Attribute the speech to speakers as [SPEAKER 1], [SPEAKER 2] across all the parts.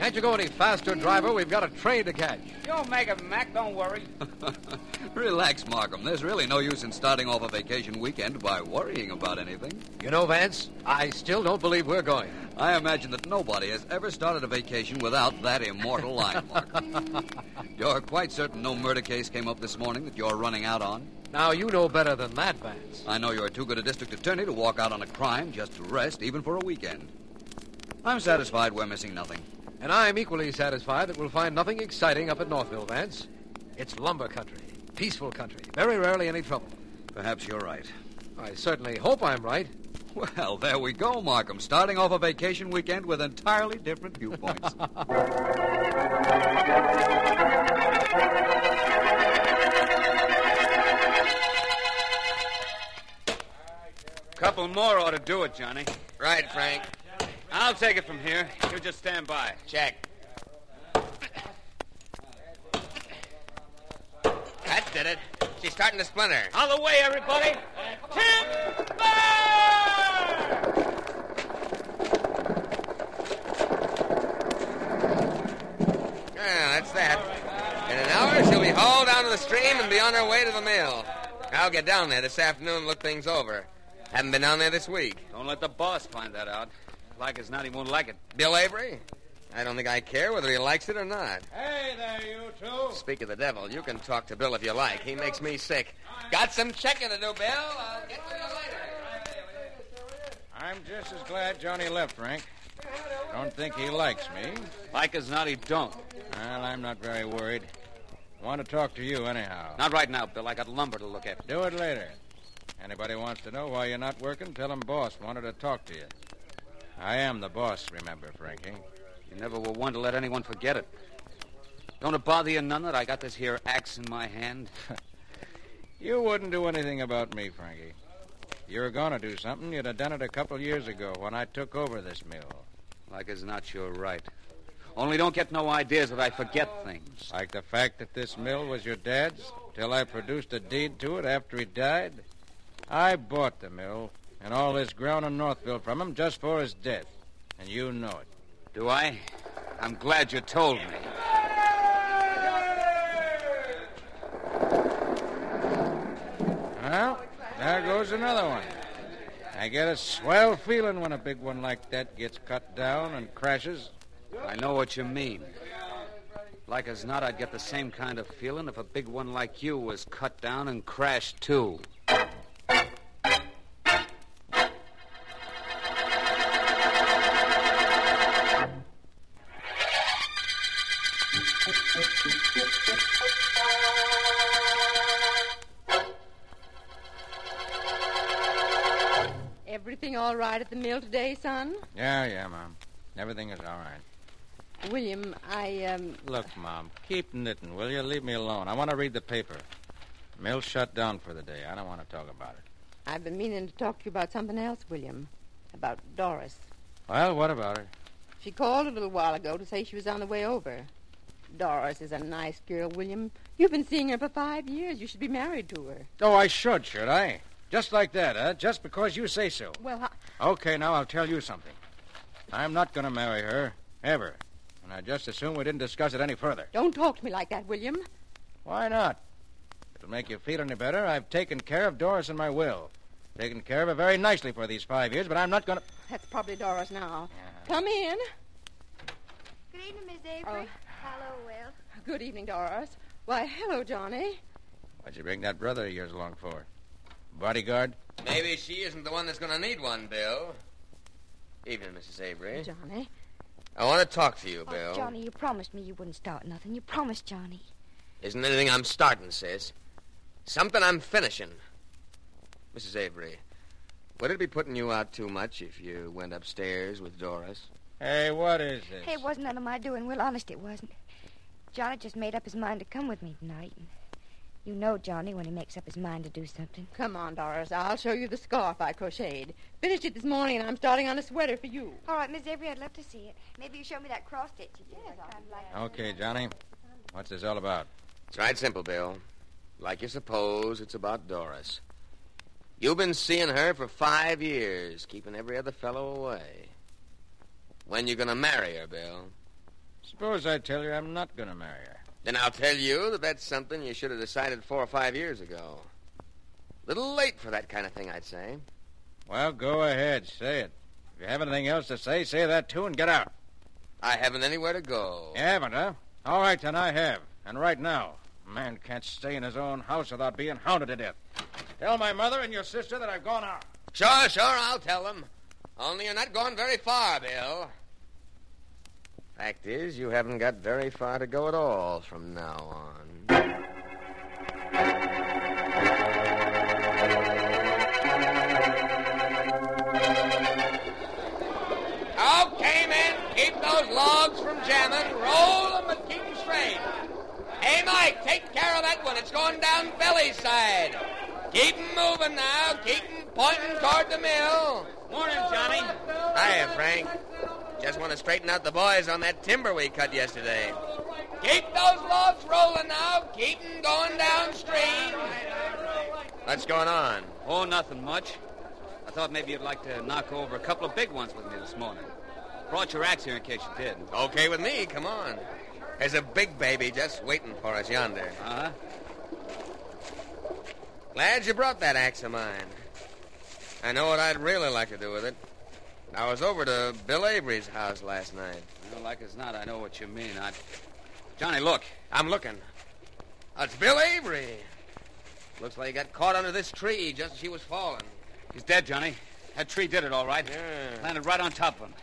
[SPEAKER 1] Can't you go any faster, driver? We've got a train to catch.
[SPEAKER 2] You'll make it, Mac. Don't worry.
[SPEAKER 3] Relax, Markham. There's really no use in starting off a vacation weekend by worrying about anything.
[SPEAKER 1] You know, Vance, I still don't believe we're going.
[SPEAKER 3] I imagine that nobody has ever started a vacation without that immortal line, Markham. You're quite certain no murder case came up this morning that you're running out on?
[SPEAKER 1] Now, you know better than that, Vance.
[SPEAKER 3] I know you're too good a district attorney to walk out on a crime just to rest, even for a weekend. I'm satisfied we're missing nothing.
[SPEAKER 1] And I'm equally satisfied that we'll find nothing exciting up at Northville, Vance. It's lumber country, peaceful country, very rarely any trouble.
[SPEAKER 3] Perhaps you're right.
[SPEAKER 1] I certainly hope I'm right.
[SPEAKER 3] Well, there we go, Markham. Starting off a vacation weekend with entirely different viewpoints.
[SPEAKER 2] Couple more ought to do it, Johnny.
[SPEAKER 4] Right, Frank.
[SPEAKER 2] I'll take it from here. You just stand by.
[SPEAKER 4] Check. That did it. She's starting to splinter.
[SPEAKER 2] All the way, everybody. Timber!
[SPEAKER 4] Yeah, Ah, that's that. In an hour, she'll be hauled down to the stream and be on her way to the mill. I'll get down there this afternoon and look things over. Haven't been down there this week.
[SPEAKER 2] Don't let the boss find that out. Like as not, he won't like it.
[SPEAKER 4] Bill Avery? I don't think I care whether he likes it or not.
[SPEAKER 2] Hey there, you two.
[SPEAKER 4] Speak of the devil, you can talk to Bill if you like. He makes me sick. Got some checking to do, Bill. I'll get to you later.
[SPEAKER 5] I'm just as glad Johnny left, Frank. Don't think he likes me.
[SPEAKER 2] Like as not, he don't.
[SPEAKER 5] Well, I'm not very worried. Want to talk to you anyhow.
[SPEAKER 2] Not right now, Bill. I got lumber to look at.
[SPEAKER 5] Do it later. Anybody wants to know why you're not working, tell him boss wanted to talk to you. I am the boss, remember, Frankie.
[SPEAKER 2] You never were one to let anyone forget it. Don't it bother you none that I got this here axe in my hand?
[SPEAKER 5] You wouldn't do anything about me, Frankie. If you were going to do something, you'd have done it a couple years ago when I took over this mill.
[SPEAKER 2] Like as not, you're right. Only don't get no ideas that I forget things.
[SPEAKER 5] Like the fact that this mill was your dad's till I produced a deed to it after he died. I bought the mill and all this ground in Northville from him just for his death. And you know it.
[SPEAKER 2] Do I? I'm glad you told me.
[SPEAKER 5] Well, there goes another one. I get a swell feeling when a big one like that gets cut down and crashes.
[SPEAKER 2] I know what you mean. Like as not, I'd get the same kind of feeling if a big one like you was cut down and crashed, too.
[SPEAKER 6] Everything all right at the mill today, son?
[SPEAKER 5] Yeah, yeah, Mom. Everything is all right.
[SPEAKER 6] William, I, um,
[SPEAKER 5] Look, Mom, keep knitting, will you? Leave me alone. I want to read the paper. Mill shut down for the day. I don't want to talk about it.
[SPEAKER 6] I've been meaning to talk to you about something else, William. About Doris.
[SPEAKER 5] Well, what about her?
[SPEAKER 6] She called a little while ago to say she was on the way over. Doris is a nice girl, William. You've been seeing her for five years. You should be married to her.
[SPEAKER 5] Oh, I should, should I? Just like that, huh? Just because you say so.
[SPEAKER 6] Well, how,
[SPEAKER 5] Okay, now I'll tell you something. I'm not going to marry her, ever. And I just assume we didn't discuss it any further.
[SPEAKER 6] don't talk to me like that, William.
[SPEAKER 5] Why not? It'll make you feel any better. I've taken care of Doris in my will. Taken care of her very nicely for these five years, but I'm not going to.
[SPEAKER 6] That's probably Doris now. Come in.
[SPEAKER 7] Good evening, Miss Avery. Hello, Will.
[SPEAKER 6] Oh, Good evening, Doris. Why, hello, Johnny.
[SPEAKER 8] Why'd you bring that brother of yours along for? Bodyguard?
[SPEAKER 4] Maybe she isn't the one that's going to need one, Bill. Evening, Mrs. Avery.
[SPEAKER 6] Johnny.
[SPEAKER 4] I want to talk to you,
[SPEAKER 7] Oh,
[SPEAKER 4] Bill.
[SPEAKER 7] Johnny, you promised me you wouldn't start nothing. You promised, Johnny.
[SPEAKER 4] Isn't anything I'm starting, sis. Something I'm finishing. Mrs. Avery, would it be putting you out too much if you went upstairs with Doris?
[SPEAKER 8] Hey, what is this?
[SPEAKER 7] Hey, it wasn't none of my doing, Will. Honest, it wasn't. Johnny just made up his mind to come with me tonight. And you know Johnny when he makes up his mind to do something.
[SPEAKER 6] Come on, Doris. I'll show you the scarf I crocheted. Finished it this morning, and I'm starting on a sweater for you.
[SPEAKER 7] All right, Miss Avery, I'd love to see it. Maybe you show me that cross stitch you did. I kind of like it.
[SPEAKER 8] Okay, Johnny. What's this all about?
[SPEAKER 4] It's right simple, Bill. Like you suppose, it's about Doris. You've been seeing her for five years, keeping every other fellow away. When you gonna marry her, Bill?
[SPEAKER 8] Suppose I tell you I'm not going to marry her.
[SPEAKER 4] Then I'll tell you that that's something you should have decided four or five years ago. Little late for that kind of thing, I'd say.
[SPEAKER 8] Well, go ahead. Say it. If you have anything else to say, say that too and get out.
[SPEAKER 4] I haven't anywhere to go.
[SPEAKER 8] You haven't, huh? All right, then I have. And right now, a man can't stay in his own house without being hounded to death. Tell my mother and your sister that I've gone out.
[SPEAKER 4] Sure, sure, I'll tell them. Only you're not going very far, Bill. Fact is, you haven't got very far to go at all from now on. Okay, men, keep those logs from jamming. Roll them and keep them straight. Hey, Mike, take care of that one. It's going down Billy's side. Keep 'em moving now. Keep 'em pointing toward the mill.
[SPEAKER 5] Morning, Johnny.
[SPEAKER 4] Hiya, Frank. Just want to straighten out the boys on that timber we cut yesterday. Keep those logs rolling now. Keep 'em going downstream. What's going on?
[SPEAKER 5] Oh, nothing much. I thought maybe you'd like to knock over a couple of big ones with me this morning. Brought your axe here in case you did.
[SPEAKER 4] Okay with me. Come on. There's a big baby just waiting for us yonder.
[SPEAKER 5] Uh-huh.
[SPEAKER 4] Glad you brought that axe of mine. I know what I'd really like to do with it. I was over to Bill Avery's house last night.
[SPEAKER 5] Well, like as not, I know what you mean. I... Johnny, look.
[SPEAKER 4] I'm looking. Uh, It's Bill Avery. Looks like he got caught under this tree just as she was falling.
[SPEAKER 5] He's dead, Johnny. That tree did it all right.
[SPEAKER 4] Yeah.
[SPEAKER 5] Landed right on top of him.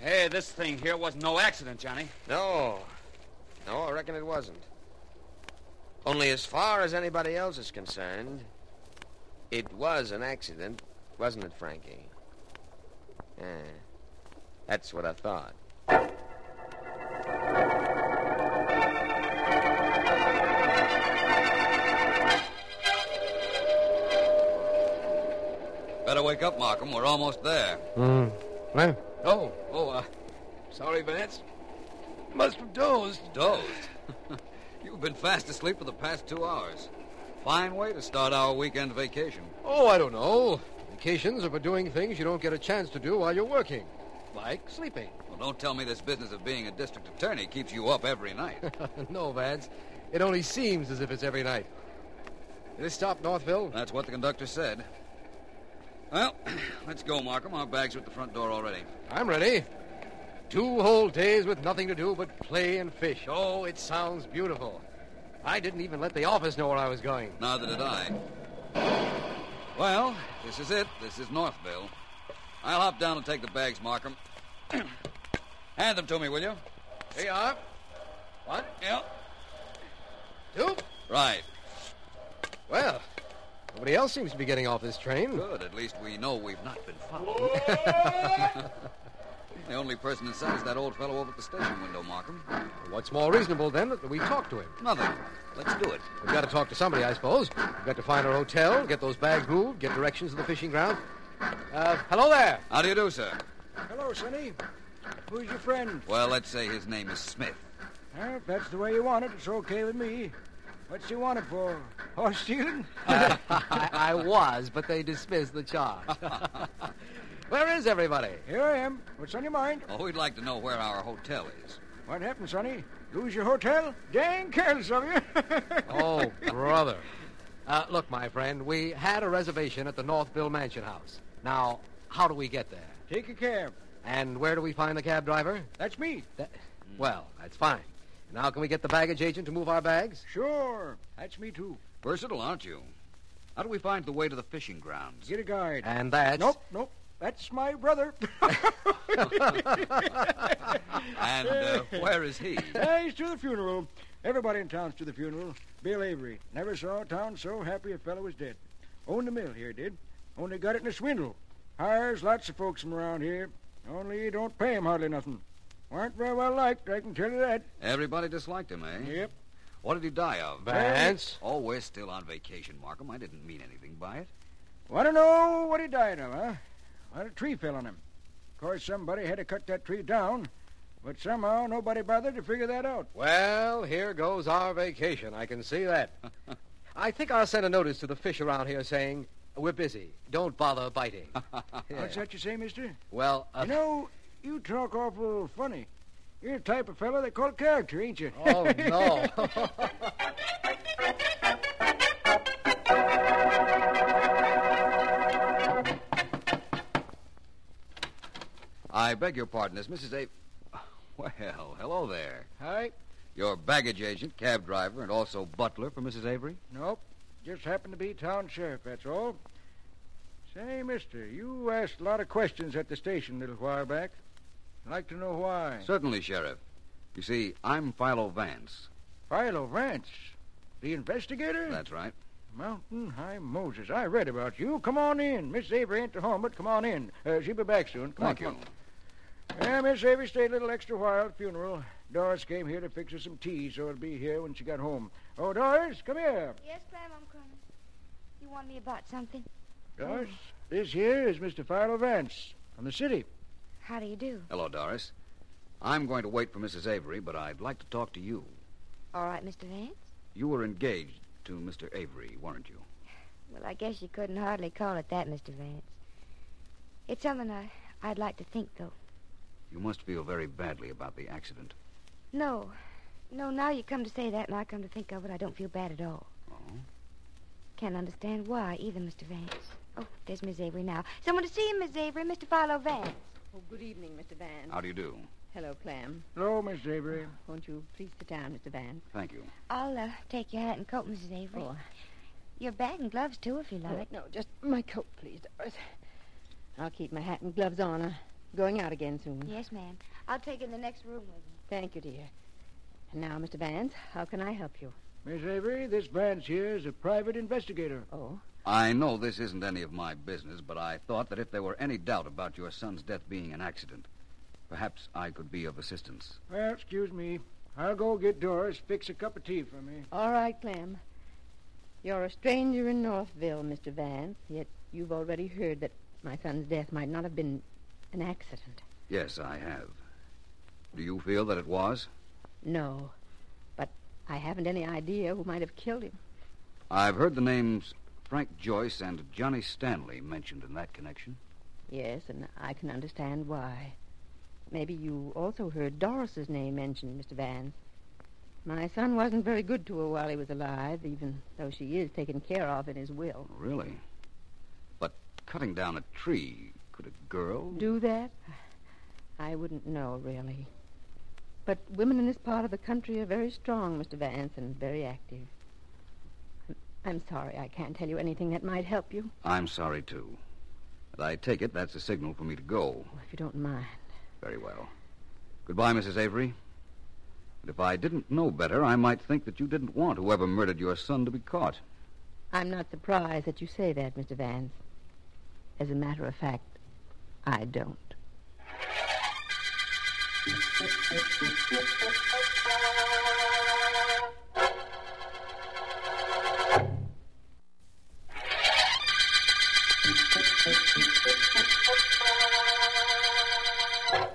[SPEAKER 5] Hey, this thing here wasn't no accident, Johnny.
[SPEAKER 4] No. No, I reckon it wasn't. Only as far as anybody else is concerned, it was an accident, wasn't it, Frankie? Yeah. That's what I thought.
[SPEAKER 3] Better wake up, Markham. We're almost there.
[SPEAKER 4] Well,
[SPEAKER 1] Oh, oh, uh, sorry, Vance. Must have dozed.
[SPEAKER 3] Dozed. You've been fast asleep for the past two hours. Fine way to start our weekend vacation.
[SPEAKER 1] Oh, I don't know. Vacations are for doing things you don't get a chance to do while you're working, like sleeping.
[SPEAKER 3] Well, don't tell me this business of being a district attorney keeps you up every night.
[SPEAKER 1] no, Vance. It only seems as if it's every night. Did this stop Northville?
[SPEAKER 3] That's what the conductor said. Well, let's go, Markham. Our bags are at the front door already.
[SPEAKER 1] I'm ready. Two whole days with nothing to do but play and fish. Oh, it sounds beautiful. I didn't even let the office know where I was going.
[SPEAKER 3] Neither did I. Well, this is it. This is Northville. I'll hop down and take the bags, Markham. Hand them to me, will you?
[SPEAKER 1] Here you are. One,
[SPEAKER 3] Yep.
[SPEAKER 1] two.
[SPEAKER 3] Right.
[SPEAKER 1] Well, nobody else seems to be getting off this train.
[SPEAKER 3] Good. At least we know we've not been followed. the only person inside is that old fellow over at the station window, Markham.
[SPEAKER 1] What's more reasonable then that we talk to him?
[SPEAKER 3] Nothing. Let's do it.
[SPEAKER 1] We've got to talk to somebody, I suppose. We've got to find our hotel, get those bags moved, get directions to the fishing ground. Uh, hello there.
[SPEAKER 3] How do you do, sir?
[SPEAKER 8] Hello, Sonny. Who's your friend?
[SPEAKER 3] Well, let's say his name is Smith.
[SPEAKER 8] Well, if that's the way you want it, it's okay with me. What you want it for? Horse stealing?
[SPEAKER 1] I, I was, but they dismissed the charge. Where is everybody?
[SPEAKER 8] Here I am. What's on your mind?
[SPEAKER 3] Oh, we'd like to know where our hotel is.
[SPEAKER 8] What happened, Sonny? Lose your hotel? Dang careless of you.
[SPEAKER 1] Oh, brother. Uh, look, my friend, we had a reservation at the Northville Mansion House. Now, how do we get there?
[SPEAKER 8] Take a cab.
[SPEAKER 1] And where do we find the cab driver?
[SPEAKER 8] That's me.
[SPEAKER 1] That, well, that's fine. Now, can we get the baggage agent to move our bags?
[SPEAKER 8] Sure. That's me, too.
[SPEAKER 3] Versatile, aren't you? How do we find the way to the fishing grounds?
[SPEAKER 8] Get a guide.
[SPEAKER 1] And that's.
[SPEAKER 8] Nope, nope. That's my brother.
[SPEAKER 3] And uh, where is he?
[SPEAKER 8] Yeah, he's to the funeral. Everybody in town's to the funeral. Bill Avery. Never saw a town so happy a fellow was dead. Owned the mill here, did. Only got it in a swindle. Hires lots of folks from around here. Only he don't pay 'em hardly nothing. Weren't very well liked, I can tell you that.
[SPEAKER 3] Everybody disliked him, eh?
[SPEAKER 8] Yep.
[SPEAKER 3] What did he die of?
[SPEAKER 1] Vance.
[SPEAKER 3] Oh, we're still on vacation, Markham. I didn't mean anything by it.
[SPEAKER 8] Want to know what he died of, huh? Well, a tree fell on him. Of course, somebody had to cut that tree down, but somehow nobody bothered to figure that out.
[SPEAKER 1] Well, here goes our vacation. I can see that. I think I'll send a notice to the fish around here saying, we're busy. Don't bother biting.
[SPEAKER 8] What's that you say, mister?
[SPEAKER 1] Well, uh,
[SPEAKER 8] you know, you talk awful funny. You're the type of fellow they call character, ain't you?
[SPEAKER 1] oh, no.
[SPEAKER 3] I beg your pardon. Is Mrs. A. Well, hello there.
[SPEAKER 8] Hi.
[SPEAKER 3] Your baggage agent, cab driver, and also butler for Mrs. Avery?
[SPEAKER 8] Nope. Just happened to be town sheriff, that's all. Say, mister, you asked a lot of questions at the station a little while back. I'd like to know why.
[SPEAKER 3] Certainly, Sheriff. You see, I'm Philo Vance.
[SPEAKER 8] Philo Vance, the investigator?
[SPEAKER 3] That's right.
[SPEAKER 8] Mountain High Moses. I read about you. Come on in. Miss Avery ain't at home, but come on in. Uh, she'll be back soon. Come
[SPEAKER 3] Thank
[SPEAKER 8] on,
[SPEAKER 3] you.
[SPEAKER 8] come on. Yeah, Miss Avery stayed a little extra while at the funeral. Doris came here to fix her some tea, so it'll be here when she got home. Oh, Doris, come here.
[SPEAKER 7] Yes, Clem, I'm coming. You want me about something? Hmm.
[SPEAKER 8] Doris, this here is Mr. Philo Vance from the city.
[SPEAKER 7] How do you do?
[SPEAKER 3] Hello, Doris. I'm going to wait for Mrs. Avery, but I'd like to talk to you.
[SPEAKER 7] All right, Mr. Vance.
[SPEAKER 3] You were engaged to Mr. Avery, weren't you?
[SPEAKER 7] Well, I guess you couldn't hardly call it that, Mr. Vance. It's something I, I'd like to think, though.
[SPEAKER 3] You must feel very badly about the accident.
[SPEAKER 7] No. No, now you come to say that, and I come to think of it, I don't feel bad at all.
[SPEAKER 3] Oh?
[SPEAKER 7] Can't understand why either, Mr. Vance. Oh, there's Miss Avery now. Someone to see you, Miss Avery, Mr. Philo Vance.
[SPEAKER 6] Oh, good evening, Mr. Vance.
[SPEAKER 3] How do you do?
[SPEAKER 6] Hello, Clem.
[SPEAKER 8] Hello, Miss Avery.
[SPEAKER 6] Won't you please sit down, Mr. Vance?
[SPEAKER 3] Thank you.
[SPEAKER 7] I'll uh, take your hat and coat, Mrs. Avery.
[SPEAKER 6] Oh.
[SPEAKER 7] Your bag and gloves, too, if you like.
[SPEAKER 6] No, just my coat, please, Doris. I'll keep my hat and gloves on. I'm going out again soon.
[SPEAKER 7] Yes, ma'am. I'll take you in the next room with me.
[SPEAKER 6] Thank you, dear. And now, Mr. Vance, how can I help you?
[SPEAKER 8] Miss Avery, this Vance here is a private investigator.
[SPEAKER 6] Oh,
[SPEAKER 3] I know this isn't any of my business, but I thought that if there were any doubt about your son's death being an accident, perhaps I could be of assistance.
[SPEAKER 8] Well, excuse me. I'll go get Doris, fix a cup of tea for me.
[SPEAKER 6] all right, Clem. You're a stranger in Northville, Mr. Vance, yet you've already heard that my son's death might not have been an accident.
[SPEAKER 3] Yes, I have. Do you feel that it was?
[SPEAKER 6] No, but I haven't any idea who might have killed him.
[SPEAKER 3] I've heard the names Frank Joyce and Johnny Stanley mentioned in that connection.
[SPEAKER 6] Yes, and I can understand why. Maybe you also heard Doris's name mentioned, Mr. Vance. My son wasn't very good to her while he was alive, even though she is taken care of in his will.
[SPEAKER 3] Really? But cutting down a tree, could a girl?
[SPEAKER 6] Do that? I wouldn't know, really. But women in this part of the country are very strong, Mr. Vance, and very active. I'm- I'm sorry I can't tell you anything that might help you.
[SPEAKER 3] I'm sorry, too. But I take it that's a signal for me to go.
[SPEAKER 6] Oh, If you don't mind.
[SPEAKER 3] Very well. Goodbye, Mrs. Avery. And if I didn't know better, I might think that you didn't want whoever murdered your son to be caught.
[SPEAKER 6] I'm not surprised that you say that, Mr. Vance. As a matter of fact, I don't.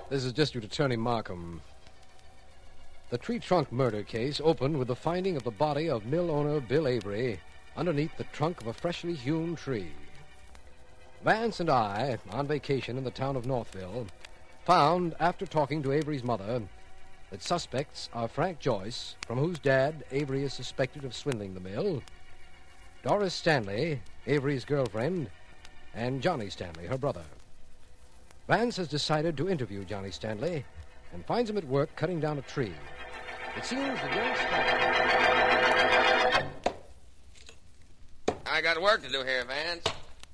[SPEAKER 1] This is District Attorney Markham. The tree trunk murder case opened with the finding of the body of mill owner Bill Avery underneath the trunk of a freshly hewn tree. Vance and I, on vacation in the town of Northville, found, after talking to Avery's mother, that suspects are Frank Joyce, from whose dad Avery is suspected of swindling the mill, Doris Stanley, Avery's girlfriend, and Johnny Stanley, her brother. Vance has decided to interview Johnny Stanley and finds him at work cutting down a tree. It seems the gang stopped.
[SPEAKER 4] I got work to do here, Vance.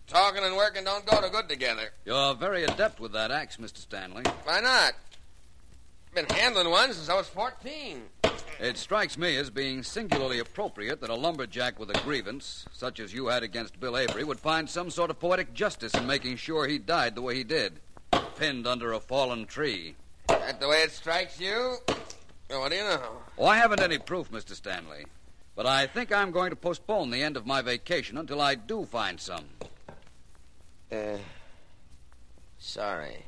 [SPEAKER 4] Talking and working don't go to good together.
[SPEAKER 3] You're very adept with that axe, Mr. Stanley.
[SPEAKER 4] Why not? Been handling one since I was 14.
[SPEAKER 3] It strikes me as being singularly appropriate that a lumberjack with a grievance, such as you had against Bill Avery, would find some sort of poetic justice in making sure he died the way he did, pinned under a fallen tree.
[SPEAKER 4] That the way it strikes you? Well, what do you know?
[SPEAKER 3] Oh, I haven't any proof, Mr. Stanley, but I think I'm going to postpone the end of my vacation until I do find some.
[SPEAKER 4] Uh, sorry.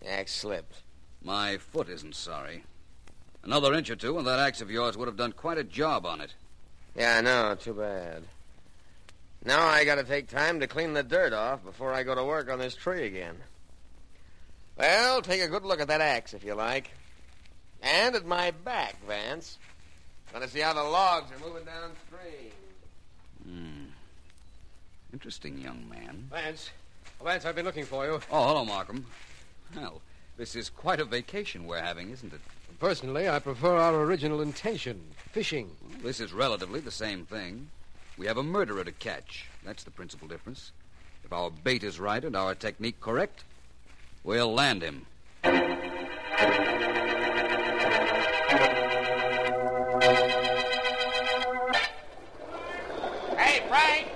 [SPEAKER 4] The axe slipped.
[SPEAKER 3] My foot isn't sorry. Another inch or two, and that axe of yours would have done quite a job on it.
[SPEAKER 4] Yeah, I know. Too bad. Now I gotta take time to clean the dirt off before I go to work on this tree again. Well, take a good look at that axe if you like. And at my back, Vance. Wanna see how the logs are moving downstream.
[SPEAKER 3] Hmm. Interesting young man.
[SPEAKER 1] Vance. Vance, I've been looking for you.
[SPEAKER 3] Oh, hello, Markham. Well, this is quite a vacation we're having, isn't it?
[SPEAKER 1] Personally, I prefer our original intention fishing.
[SPEAKER 3] Well, this is relatively the same thing. We have a murderer to catch. That's the principal difference. If our bait is right and our technique correct, we'll land him.
[SPEAKER 4] Hey, Frank!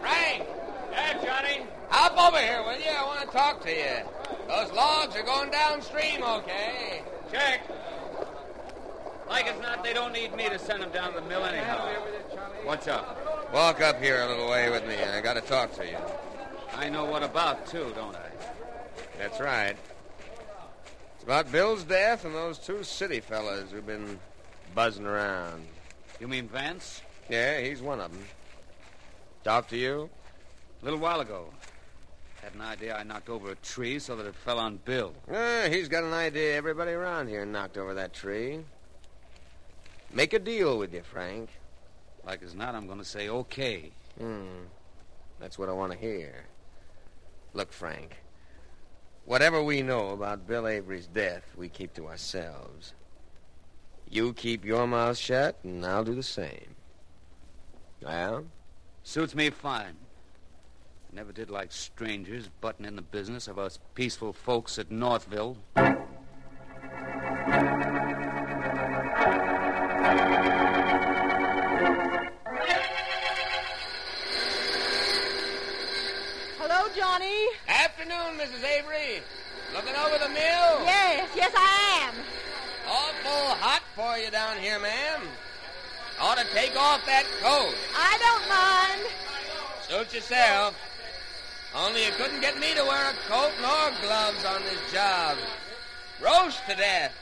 [SPEAKER 4] Frank! Yeah, Johnny? Hop over here, will you? I want to talk to you. Those logs are going downstream, okay?
[SPEAKER 5] Check. Like as not, they don't need me to send them down the mill anyhow. What's up?
[SPEAKER 4] Walk up here a little way with me. I got to talk to you.
[SPEAKER 5] I know what about, too, don't I?
[SPEAKER 4] That's right. It's about Bill's death and those two city fellas who've been buzzing around.
[SPEAKER 5] You mean Vance?
[SPEAKER 4] Yeah, he's one of them. Talk to you?
[SPEAKER 5] A little while ago. Had an idea I knocked over a tree so that it fell on Bill.
[SPEAKER 4] Uh, he's got an idea everybody around here knocked over that tree. Make a deal with you, Frank.
[SPEAKER 5] Like as not, I'm going to say okay.
[SPEAKER 4] Hmm. That's what I want to hear. Look, Frank. Whatever we know about Bill Avery's death, we keep to ourselves. You keep your mouth shut, and I'll do the same. Well?
[SPEAKER 5] Suits me fine. Never did like strangers butting in the business of us peaceful folks at Northville.
[SPEAKER 6] Hello, Johnny.
[SPEAKER 4] Afternoon, Mrs. Avery. Looking over the mill?
[SPEAKER 6] Yes, yes, I am.
[SPEAKER 4] Awful hot for you down here, ma'am. Ought to take off that coat.
[SPEAKER 6] I don't mind.
[SPEAKER 4] Suit yourself. Only you couldn't get me to wear a coat nor gloves on this job. Roast to death.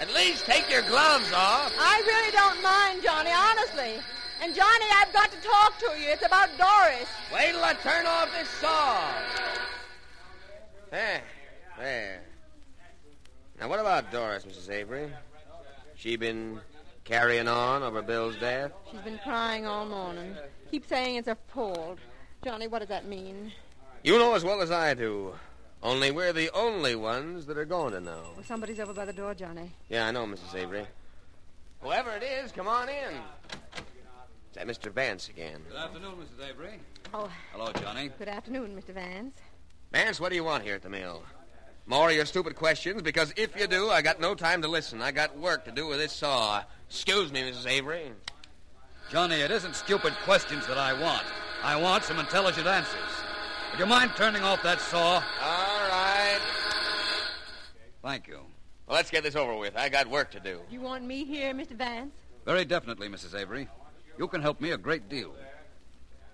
[SPEAKER 4] At least take your gloves off.
[SPEAKER 6] I really don't mind, Johnny, honestly. And Johnny, I've got to talk to you. It's about Doris.
[SPEAKER 4] Wait till I turn off this saw. There. There. Now, what about Doris, Mrs. Avery? She been carrying on over Bill's death?
[SPEAKER 6] She's been crying all morning. Keep saying it's a cold. Johnny, what does that mean?
[SPEAKER 4] You know as well as I do. Only we're the only ones that are going to know.
[SPEAKER 6] Well, Oh, somebody's over by the door, Johnny.
[SPEAKER 4] Yeah, I know, Mrs. Avery. Whoever it is, come on in. Is that Mr. Vance again?
[SPEAKER 3] Good afternoon, Mrs. Avery.
[SPEAKER 6] Oh,
[SPEAKER 3] Hello, Johnny.
[SPEAKER 6] good afternoon, Mr. Vance.
[SPEAKER 4] Vance, what do you want here at the mill? More of your stupid questions, because if you do, I got no time to listen. I got work to do with this saw. Excuse me, Mrs. Avery.
[SPEAKER 3] Johnny, it isn't stupid questions that I want. I want some intelligent answers. Would you mind turning off that saw?
[SPEAKER 4] All right.
[SPEAKER 3] Thank you.
[SPEAKER 4] Well, let's get this over with. I got work to do.
[SPEAKER 6] You want me here, Mr. Vance?
[SPEAKER 3] Very definitely, Mrs. Avery. You can help me a great deal.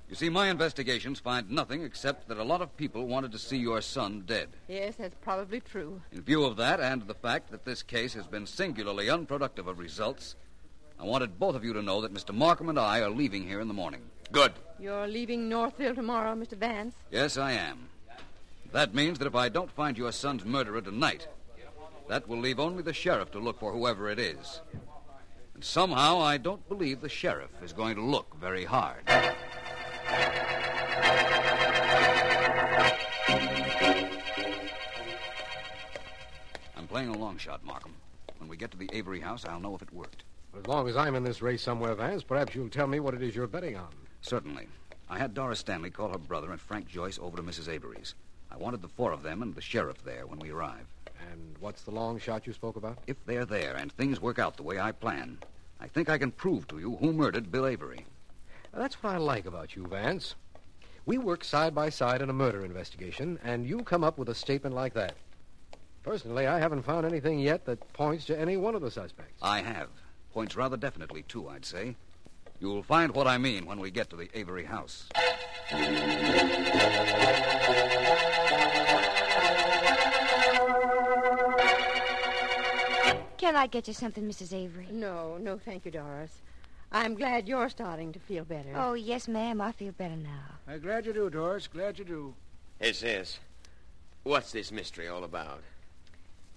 [SPEAKER 3] You see, my investigations find nothing except that a lot of people wanted to see your son dead.
[SPEAKER 6] Yes, that's probably true.
[SPEAKER 3] In view of that and the fact that this case has been singularly unproductive of results, I wanted both of you to know that Mr. Markham and I are leaving here in the morning.
[SPEAKER 4] Good.
[SPEAKER 6] You're leaving Northville tomorrow, Mr. Vance.
[SPEAKER 3] Yes, I am. That means that if I don't find your son's murderer tonight, that will leave only the sheriff to look for whoever it is. And somehow I don't believe the sheriff is going to look very hard. I'm playing a long shot, Markham. When we we get to the Avery house, I'll know if it worked.
[SPEAKER 1] As long as I'm in this race somewhere, Vance, perhaps you'll tell me what it is you're betting on.
[SPEAKER 3] Certainly. I had Doris Stanley call her brother and Frank Joyce over to Mrs. Avery's. I wanted the four of them and the sheriff there when we arrive.
[SPEAKER 1] And what's the long shot you spoke about?
[SPEAKER 3] If they're there and things work out the way I plan, I think I can prove to you who murdered Bill Avery.
[SPEAKER 1] That's what I like about you, Vance. We work side by side in a murder investigation, and you come up with a statement like that. Personally, I haven't found anything yet that points to any one of the suspects.
[SPEAKER 3] I have. Points rather definitely, too, I'd say. You'll find what I mean when we get to the Avery house.
[SPEAKER 7] Can I get you something, Mrs. Avery?
[SPEAKER 6] No, no, thank you, Doris. I'm glad you're starting to feel better.
[SPEAKER 7] Oh, yes, ma'am. I feel better now.
[SPEAKER 8] Uh, glad you do, Doris. Glad you do.
[SPEAKER 4] Is this? What's this mystery all about?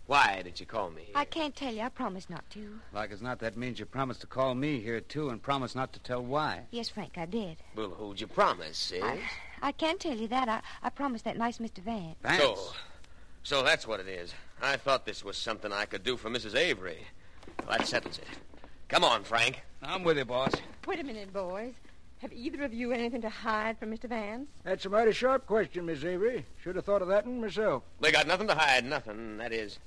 [SPEAKER 4] Why did you call me?
[SPEAKER 7] I can't tell you. I promise not to.
[SPEAKER 5] Like as not, that means you promised to call me here, too, and promise not to tell why.
[SPEAKER 7] Yes, Frank, I did.
[SPEAKER 4] Well, who'd you promise, eh? Sis?
[SPEAKER 7] I, I can tell you that. I, I promised that nice Mr. Van.
[SPEAKER 5] Vance.
[SPEAKER 4] So, so that's what it is. I thought this was something I could do for Mrs. Avery. Well, that settles it. Come on, Frank.
[SPEAKER 5] I'm with you, boss.
[SPEAKER 6] Wait a minute, boys. Have either of you anything to hide from Mr. Vance?
[SPEAKER 8] That's a mighty sharp question, Miss Avery. Should have thought of that one myself.
[SPEAKER 4] They got nothing to hide, nothing. That is,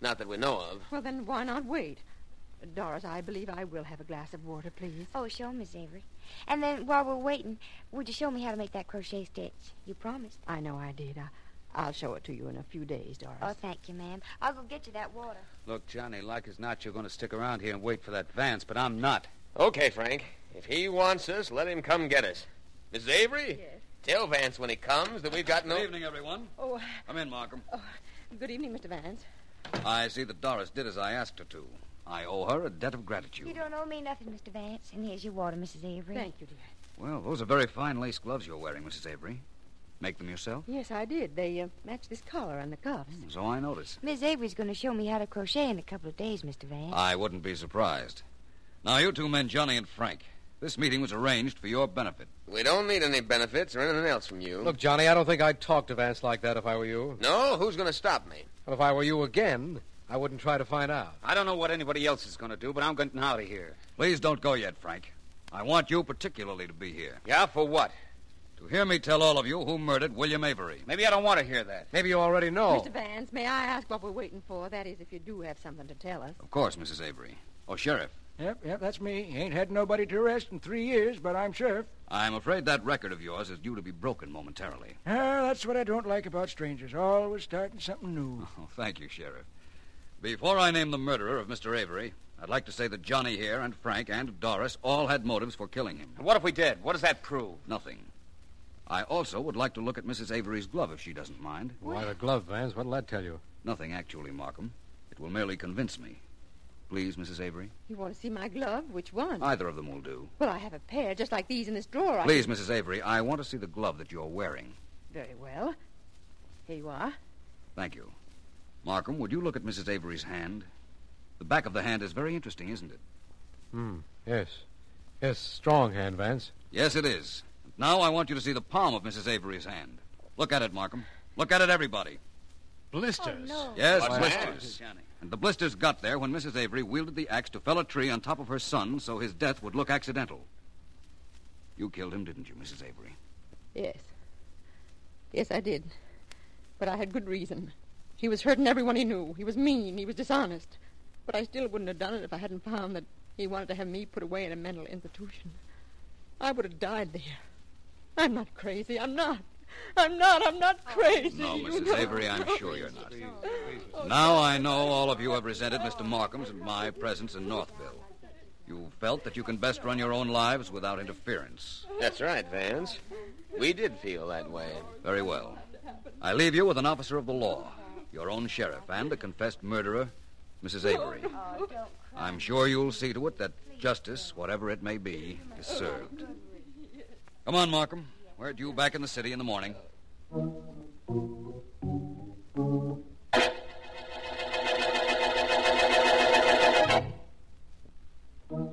[SPEAKER 4] not that we know of.
[SPEAKER 6] Well, then why not wait? Doris, I believe I will have a glass of water, please.
[SPEAKER 7] Oh, sure, Miss Avery. And then while we're waiting, would you show me how to make that crochet stitch? You promised.
[SPEAKER 6] I know I did. I, I'll show it to you in a few days, Doris.
[SPEAKER 7] Oh, thank you, ma'am. I'll go get you that water.
[SPEAKER 5] Look, Johnny, like as not, you're going to stick around here and wait for that Vance, but I'm not.
[SPEAKER 4] Okay, Frank. If he wants us, let him come get us. Mrs. Avery?
[SPEAKER 6] Yes.
[SPEAKER 4] Tell Vance when he comes that we've got no.
[SPEAKER 3] Good evening, everyone.
[SPEAKER 6] oh,
[SPEAKER 3] Come in, Markham.
[SPEAKER 6] good evening, Mr. Vance.
[SPEAKER 3] I see that Doris did as I asked her to. I owe her a debt of gratitude.
[SPEAKER 7] You don't owe me nothing, Mr. Vance. And here's your water, Mrs. Avery.
[SPEAKER 6] Thank you, dear.
[SPEAKER 3] Well, those are very fine lace gloves you're wearing, Mrs. Avery. Make them yourself?
[SPEAKER 6] Yes, I did. They uh, match this collar and the cuffs.
[SPEAKER 3] So I notice.
[SPEAKER 7] Miss Avery's going to show me how to crochet in a couple of days, Mr. Vance.
[SPEAKER 3] I wouldn't be surprised. Now, you two men, Johnny and Frank, this meeting was arranged for your benefit.
[SPEAKER 4] We don't need any benefits or anything else from you.
[SPEAKER 1] Look, Johnny, I don't think I'd talk to Vance like that if I were you.
[SPEAKER 4] No, who's going to stop me?
[SPEAKER 1] But if I were you again, I wouldn't try to find out.
[SPEAKER 5] I don't know what anybody else is going to do, but I'm getting out of here.
[SPEAKER 3] Please don't go yet, Frank. I want you particularly to be here.
[SPEAKER 5] Yeah, for what?
[SPEAKER 3] To hear me tell all of you who murdered William Avery.
[SPEAKER 5] Maybe I don't want to hear that.
[SPEAKER 1] Maybe you already know.
[SPEAKER 6] Mr. Oh. Vance, may I ask what we're waiting for? That is, if you do have something to tell us.
[SPEAKER 3] Of course, Mrs. Avery. Oh, Sheriff,
[SPEAKER 8] Yep, yep, that's me. Ain't had nobody to arrest in three years, but I'm sheriff.
[SPEAKER 3] I'm afraid that record of yours is due to be broken momentarily.
[SPEAKER 8] Ah, that's what I don't like about strangers. Always starting something new.
[SPEAKER 3] Oh, thank you, Sheriff. Before I name the murderer of Mr. Avery, I'd like to say that Johnny here and Frank and Doris all had motives for killing him.
[SPEAKER 5] And what if we did? What does that prove?
[SPEAKER 3] Nothing. I also would like to look at Mrs. Avery's glove if she doesn't mind.
[SPEAKER 1] Why the glove, Vance? What'll that tell you?
[SPEAKER 3] Nothing, actually, Markham. It will merely convince me. Please, Mrs. Avery?
[SPEAKER 6] You want to see my glove? Which one?
[SPEAKER 3] Either of them will do.
[SPEAKER 6] well, I have a pair just like these in this drawer. I-
[SPEAKER 3] Please, Mrs. Avery, I want to see the glove that you're wearing.
[SPEAKER 6] Very well. Here you are.
[SPEAKER 3] Thank you. Markham, would you look at Mrs. Avery's hand? The back of the hand is very interesting, isn't it?
[SPEAKER 1] Hmm. Yes. Yes, strong hand, Vance.
[SPEAKER 3] Yes, it is. Now I want you to see the palm of Mrs. Avery's hand. Look at it, Markham. Look at it, everybody.
[SPEAKER 1] Blisters.
[SPEAKER 7] no.
[SPEAKER 3] Yes,
[SPEAKER 4] What's
[SPEAKER 3] blisters. And the blisters got there when Mrs. Avery wielded the axe to fell a tree on top of her son so his death would look accidental. You killed him, didn't you, Mrs. Avery?
[SPEAKER 6] Yes. Yes, I did. But I had good reason. He was hurting everyone he knew. He was mean. He was dishonest. But I still wouldn't have done it if I hadn't found that he wanted to have me put away in a mental institution. I would have died there. I'm not crazy. I'm not. I'm not. I'm not crazy.
[SPEAKER 3] Oh, No,
[SPEAKER 6] you
[SPEAKER 3] Mrs.
[SPEAKER 6] know. Oh,
[SPEAKER 3] Avery, I'm sure you're not. Now I know all of you have resented Mr. Markham's and my presence in Northville. You felt that you can best run your own lives without interference.
[SPEAKER 4] That's right, Vance. We did feel that way.
[SPEAKER 3] Very well. I leave you with an officer of the law, your own sheriff, and a confessed murderer, Mrs. Avery.
[SPEAKER 6] Oh,
[SPEAKER 3] I'm sure you'll see to it that justice, whatever it may be, is served. Come on, Markham. We're due back in the city in the morning.
[SPEAKER 1] Vance,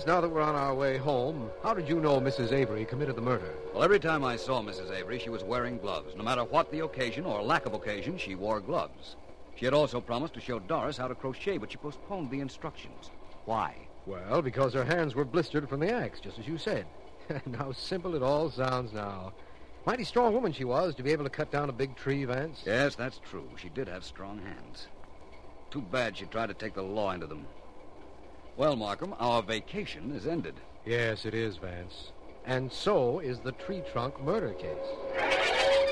[SPEAKER 1] Jones, now that we're on our way home, how did you know Mrs. Avery committed the murder?
[SPEAKER 3] Well, every time I saw Mrs. Avery, she was wearing gloves. No matter what the occasion or lack of occasion, she wore gloves. She had also promised to show Doris how to crochet, but she postponed the instructions. Why?
[SPEAKER 1] Well, because her hands were blistered from the axe, just as you said. and how simple it all sounds now. Mighty strong woman she was to be able to cut down a big tree, Vance.
[SPEAKER 3] Yes, that's true. She did have strong hands. Too bad she tried to take the law into them. Well, Markham, our vacation is ended.
[SPEAKER 1] Yes, it is, Vance. And so is the tree trunk murder case.